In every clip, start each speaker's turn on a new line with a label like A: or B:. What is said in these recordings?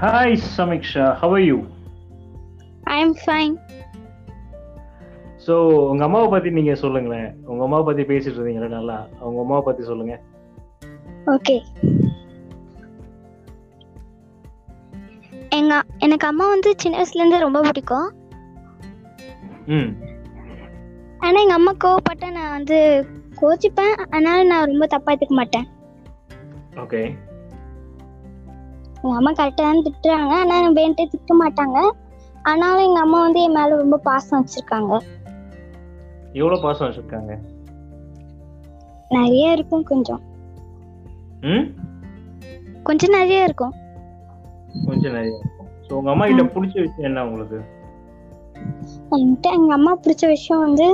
A: Hi, Samiksha. How are you?
B: I am fine.
A: So உங்க அம்மாவை பத்தி நீங்க சொல்லுங்களேன் உங்க அம்மாவை பத்தி பேசிட்டு இருந்தீங்களே நல்லா அவங்க அம்மாவை பத்தி சொல்லுங்க
B: ஓகே எங்க எனக்கு அம்மா வந்து சின்ன வயசுலேருந்து ரொம்ப பிடிக்கும்
A: ம்
B: ஆனால் எங்கள் அம்மா கோவப்பட்டா நான் வந்து கோச்சிப்பேன் ஆனால் நான் ரொம்ப தப்பாக எடுத்துக்க மாட்டேன்
A: ஓகே
B: எங்கள் அம்மா கரெக்டாக தான் திட்டுறாங்க ஆனால் நான் வேண்டே திட்ட மாட்டாங்க ஆனாலும் எங்கள் அம்மா வந்து என் மேலே ரொம்ப பாசம் வச்சுருக்காங்க
A: எவ்வளவு பாசம் வச்சிருக்காங்க
B: நிறைய இருக்கும் கொஞ்சம்
A: ம்
B: கொஞ்சம் நிறைய இருக்கும்
A: கொஞ்சம் நிறைய ஸோ உங்க அம்மா கிட்ட பிடிச்ச விஷயம் என்ன உங்களுக்கு
B: என்கிட்ட எங்கள் அம்மா பிடிச்ச விஷயம் வந்து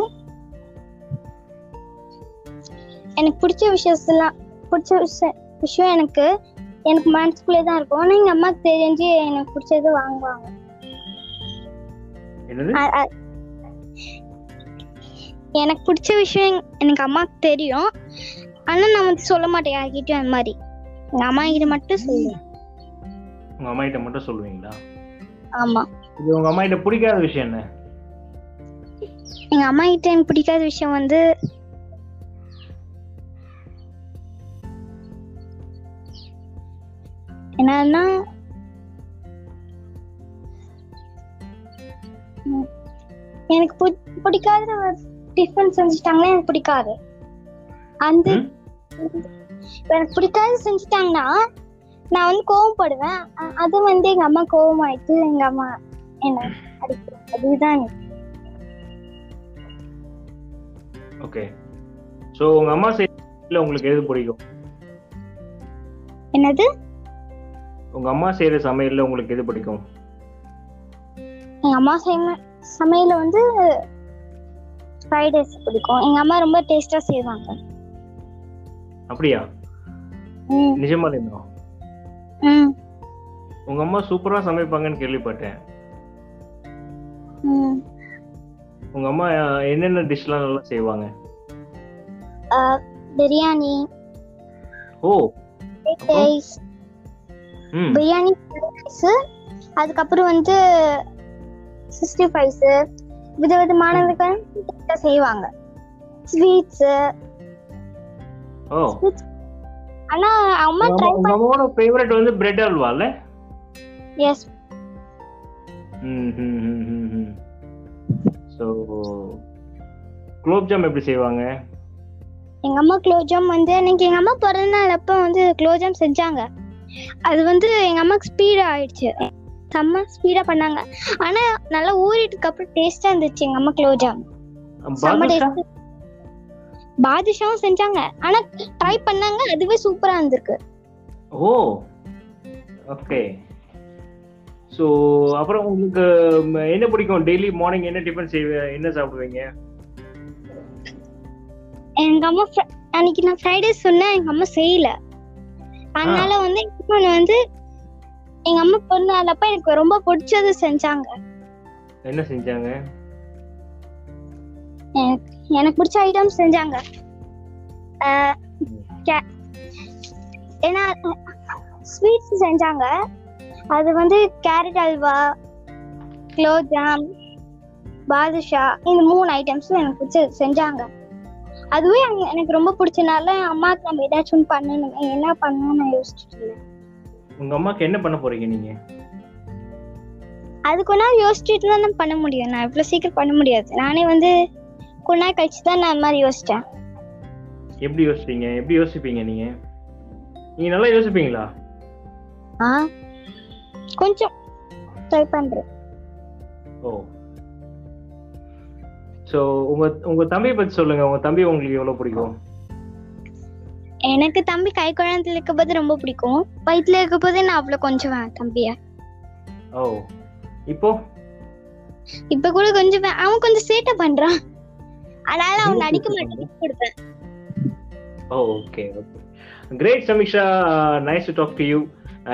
B: எனக்கு பிடிச்ச விஷயத்தெல்லாம் பிடிச்ச விஷய விஷயம் எனக்கு எனக்கு மனசுக்குள்ளே தான் இருக்கும் ஆனால் எங்கள் அம்மாவுக்கு தெரிஞ்சு எனக்கு பிடிச்சது வாங்குவாங்க
A: என்னது
B: அ- அ- எனக்கு பிடிச்ச விஷயம் எங்க- எனக்கு அம்மாவுக்கு தெரியும் ஆனால் நான் வந்து சொல்ல மாட்டேன் யார்கிட்டயும் அந்த மாதிரி எங்கள் அம்மா கிட்ட மட்டும் சொல்லுவேன்
A: உங்க அம்மா கிட்ட மட்டும் சொல்லுவீங்களா
B: ஆமாம்
A: இது உங்க அம்மா கிட்ட பிடிக்காத விஷயம் என்ன
B: எங்கள் அம்மா கிட்ட எனக்கு பிடிக்காத விஷயம் வந்து என்னன்னா ம், எனக்கு பிடி- பிடிக்காத டிஃபன் செஞ்சுட்டாங்கன்னா எனக்கு பிடிக்காது அந்த
A: ம்?
B: இப்ப எனக்கு பிடிக்காத செஞ்சுட்டாங்கன்னா நான் வந்து கோவப்படுவேன் அ- அது வந்து எங்க அம்மா கோவமாயிட்டு எங்க அம்மா என்ன அடிக்கும் அதுதான் எனக்கு.
A: ஓகே ஸோ உங்க அம்மா செய்யல உங்களுக்கு எது பிடிக்கும்
B: என்னது
A: உங்க அம்மா செய்யற சமையல்ல உங்களுக்கு எது பிடிக்கும்
B: எங்க அம்மா செய்ய சமையல வந்து ஃப்ரைட் ரைஸ் பிடிக்கும் எங்க அம்மா ரொம்ப டேஸ்டா செய்வாங்க
A: அப்படியா
B: ம்,
A: நிஜமா இருந்தோம்
B: ம்,
A: உங்க அம்மா சூப்பரா சமைப்பாங்கன்னு கேள்விப்பட்டேன்
B: ம்.
A: உங்க அம்மா அஹ், என்னென்ன டிஷ்லாம் நல்லா செய்வாங்க
B: அ, பிரியாணி
A: ஓ
B: ஃப்ரைட்
A: அப்போ?
B: ரைஸ்
A: ம்
B: பிரியாணி ஃப்ரைட் ரைஸு அதுக்கப்புறம் வந்து சிக்ஸ்டி ஃபைவ்ஸு விதவிதமான விதமான செய்வாங்க ஸ்வீட்ஸு
A: ஓ
B: ஆனா அம்மா
A: உங்க
B: ட்ரை
A: அம்மா- உங்க அம்மாவோட ஃபேவரட் வந்து பிரெட் அல்வா இல்ல
B: எஸ்
A: ஸோ குலோப்ஜாம் எப்படி செய்வாங்க
B: எங்க அம்மா குலோப்ஜாம் வந்து எனக்கு எங்க அம்மா பிறந்த நாள் அப்ப வந்து குலோப்ஜாம் செஞ்சாங்க அது வந்து எங்க அம்மாக்கு ஸ்பீடா ஆயிடுச்சு செம்ம ஸ்பீடா பண்ணாங்க ஆனா நல்லா ஊறிட்டுக்கு அப்புறம் டேஸ்டா இருந்துச்சு எங்க அம்மா குலோப்ஜாம் செம்ம
A: பாதுஷா
B: டேஸ்ட் பாதுஷாவும் செஞ்சாங்க ஆனா ட்ரை பண்ணாங்க அதுவே சூப்பரா இருந்திருக்கு
A: ஓ ஓகே ஸோ அப்புறம் உங்களுக்கு ம், என்ன பிடிக்கும் டெய்லி மார்னிங் என்ன டிஃபன் செய்வ என்ன சாப்பிடுவீங்க
B: எங்க அம்மா fri- அன்னைக்கு நான் ஃப்ரைடே சொன்னேன் எங்க அம்மா செய்யல அதனால வந்து இன்னொன்னு வந்து எங்க அம்மா பிறந்த நாள் அப்ப எனக்கு ரொம்ப பிடிச்சது செஞ்சாங்க
A: என்ன செஞ்சாங்க
B: எனக்கு- எனக்கு பிடிச்ச ஐட்டம் செஞ்சாங்க அஹ், கே- ஏன்னா ஸ்வீட்ஸ் செஞ்சாங்க அது வந்து கேரட் அல்வா குலோப் ஜாம் பாதுஷா இந்த மூணு ஐட்டம்ஸும் எனக்கு பிடிச்சது செஞ்சாங்க அதுவே எனக்கு- எனக்கு ரொம்ப பிடிச்சனால அம்மாவுக்கு நம்ம ஏதாச்சும் ஒண்ணு பண்ணணும் என்ன பண்ணணும்னு நான் யோசிச்சுட்டு இருந்தேன்
A: உங்க அம்மாக்கு என்ன பண்ண போறீங்க நீங்க
B: அது கொஞ்ச நாள் யோசிச்சுட்டு தான் நான் பண்ண முடியும் நான் இவ்வளோ சீக்கிரம் பண்ண முடியாது நானே வந்து கொஞ்ச நாள் கழிச்சு தான் நான் இந்த மாதிரி யோசிச்சேன்
A: எப்படி யோசிப்பீங்க எப்படி யோசிப்பீங்க நீங்க நீங்க நல்லா யோசிப்பீங்களா
B: ஆ கொஞ்சம் ட்ரை பண்றேன்
A: ஓ ஸோ உங்க உங்க தம்பியை பத்தி சொல்லுங்க உங்க தம்பி உங்களுக்கு எவ்வளவு பிடிக்கும்
B: எனக்கு தம்பி கை குழந்தைல இருக்க போது ரொம்ப பிடிக்கும் வயித்துல இருக்க போது நான் அவ்வளோ கொஞ்சுவேன் தம்பிய
A: ஓ இப்போ
B: இப்ப கூட கொஞ்சுவேன் அவன் கொஞ்சம் சேட்டை பண்றான் அதனால அவன் அடிக்க மாட்டேன் கொடுப்பேன்
A: okay okay great Samisha nice to talk to you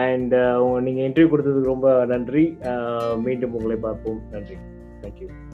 A: and Uh, நீங்கள் இன்டர்வியூ கொடுத்ததுக்கு ரொம்ப நன்றி Uh, மீண்டும் உங்களை பார்ப்போம் நன்றி தேங்க்யூ